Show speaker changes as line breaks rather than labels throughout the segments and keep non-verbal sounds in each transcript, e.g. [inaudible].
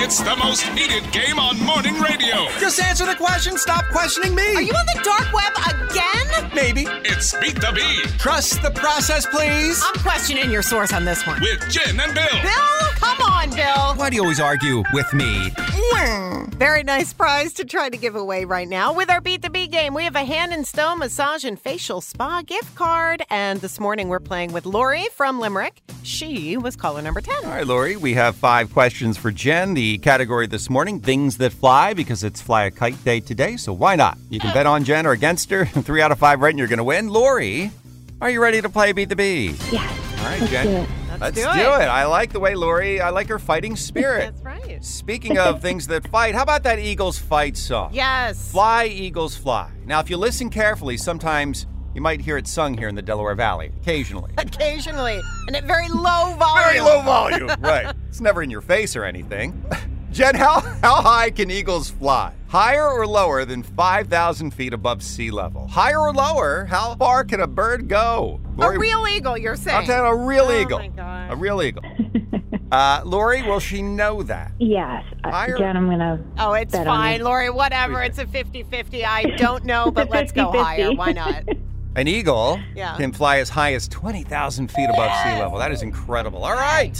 It's the most needed game on morning radio.
Just answer the question. Stop questioning me.
Are you on the dark web again?
Maybe.
It's Beat the Bee
Trust the process, please.
I'm questioning your source on this one.
with Jen and Bill.
Bill, come on, Bill.
Why do you always argue with me?
Very nice prize to try to give away right now with our Beat the Bee game. We have a hand and stone massage and facial spa gift card. And this morning we're playing with Lori from Limerick. She was caller number 10.
All right, Lori, we have five questions for Jen. The category this morning, things that fly, because it's Fly a Kite Day today, so why not? You can bet on Jen or against her. [laughs] Three out of five right, and you're going to win. Lori, are you ready to play Beat the Bee? Yeah. All right, Jen. Let's,
do
do,
it.
it. I like the way Lori, I like her
[laughs]
fighting spirit.
That's right.
Speaking of things that fight, how about that Eagles fight song?
Yes.
Fly, Eagles, fly. Now, if you listen carefully, sometimes you might hear it sung here in the Delaware Valley, occasionally.
Occasionally. And at very low volume.
Very low volume. [laughs] right. It's never in your face or anything. [laughs] Jen, how, how high can eagles fly? Higher or lower than 5,000 feet above sea level? Higher or lower, how far can a bird go?
A real eagle, you're saying.
I'm telling you, a real
Oh my
eagle.
gosh.
A real eagle. uh, Lori, will she know that?
Yes. Uh,
Higher-
Jen, I'm going to.
Oh, it's
Bet on
fine,
it.
Lori. Whatever. It's a 50 50. I don't know, but let's go
50-50.
higher. Why not?
An eagle
Yeah.
can fly as high as 20,000 feet above sea level. That is incredible. All right.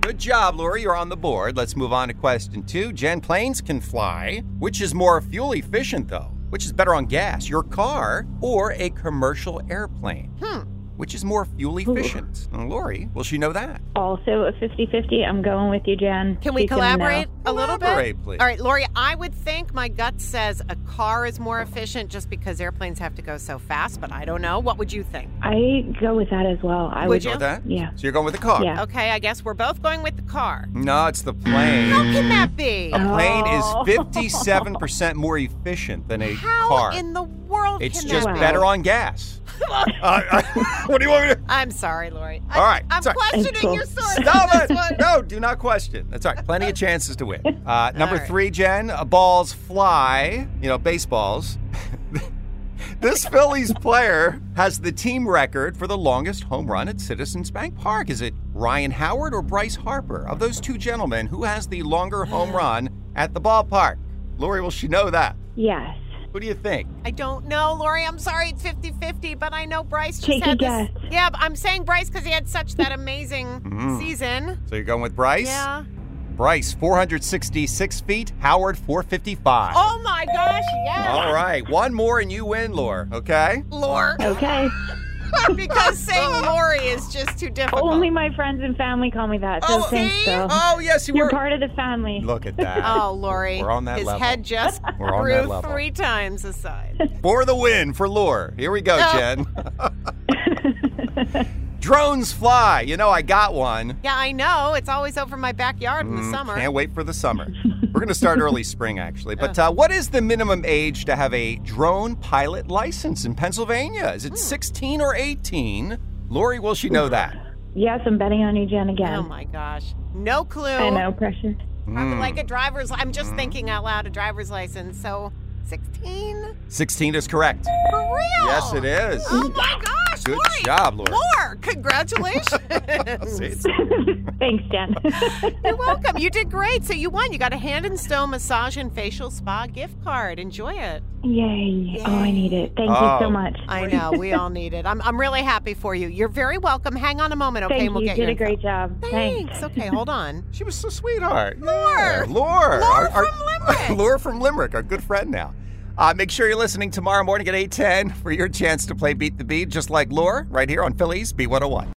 Good job, Lori. You're on the board. Let's move on to question two. Jen, planes can fly. Which is more fuel efficient, though? Which is better on gas, your car or a commercial airplane? Hmm. Which is more fuel efficient? And Lori, will she know that?
Also a 50 50. I'm going with you, Jen.
Can we
She's gonna know.
collaborate a little bit?
Collaborate, please.
All right, Lori, I would think my gut says a car is more efficient just because airplanes have to go so fast, but I don't know. What would you think?
I go with that as well. I
Would
would.
you?
Know that?
Yeah.
So you're going with the car?
Yeah.
Okay, I guess we're both going with the car.
No, it's the plane.
How can that be?
A plane is
Oh.
57% more efficient than a
How
car.
in the world
It's
can
just
that
be?
better on
[laughs]
gas. Uh, [laughs] uh, what do you want me to?
be? I'm sorry, Lori. I,
All right,
I'm
sorry.
questioning
It's cool.
your source.
Stop
on this one.
it! No, do not question. That's all right. Plenty of chances to win. Uh, number
All right.
three, Jen. uh, Balls fly. You know, baseballs. [laughs]
[laughs]
this Phillies player has the team record for the longest home run at Citizens Bank Park. Is it Ryan Howard or Bryce Harper? Of those two gentlemen, who has the longer
[gasps]
home run at the ballpark? Lori, will she know that?
Yes.
Who do you think?
I don't know, Lori. I'm sorry it's 50 50, but I know Bryce just
Take a
had
guess.
this. Yeah, but I'm saying Bryce because he had such that amazing
Mm.
season.
So you're going with Bryce?
Yeah.
Bryce, 466 feet. Howard, 455.
Oh my gosh, yes.
All right, one more and you win, Lore. Okay.
Lore. [laughs]
Okay. [laughs]
because saying Lori is just too difficult.
Only my friends and family call me that. So
Oh,
thanks,
see?
Bill.
Oh yes, you
You're
were.
part of the family.
Look at that.
Oh, Lori.
We're on that
His
level.
head just
[laughs] We're on
grew
that level.
three times the
[laughs]
size.
For the win, for Lore. Here we go,
Oh.
Jen.
[laughs]
Drones fly. You know I got one.
Yeah, I know. It's always over my backyard in the summer.
Mm, Can't wait for the summer. We're gonna start early spring actually. But
Oh.
uh, what is the minimum age to have a drone pilot license in Pennsylvania?
Hmm.
Is it 16 or 18? Lori, will she know that?
Yes, I'm betting on you, Jen, again.
Oh my Oh. gosh. No clue.
I know, pressure.
Probably
Mm.
like a driver's I'm just thinking out loud a driver's license. So 16?
16 is correct.
For real?
Yes, it is.
Oh my gosh.
Good
Lori.
job, Lori.
Lore,
[laughs]
congratulations.
See, it's-
Thanks,
[laughs]
Jen. [laughs]
You're welcome. You did great. So you won. You got a hand and stone massage and facial spa gift card. Enjoy it.
Yay. Oh, I need it. Thank you
Oh.
so much.
I know. We
[laughs]
all need it. I'm, I'm really happy for you. You're very welcome. Hang on a moment, okay?
Thank
and we'll
you.
get
did
your
a great job.
info.
Thanks.
Thanks. Okay, hold
[laughs]
on.
She was so sweetheart.
Lore.
Yeah, Lore. Our- our-
from Limerick.
Lore from Limerick, our good friend now. Uh, make sure you're listening tomorrow morning at 8.10 for your chance to play Beat the Beat, just like Lore, right here on Phillies B101.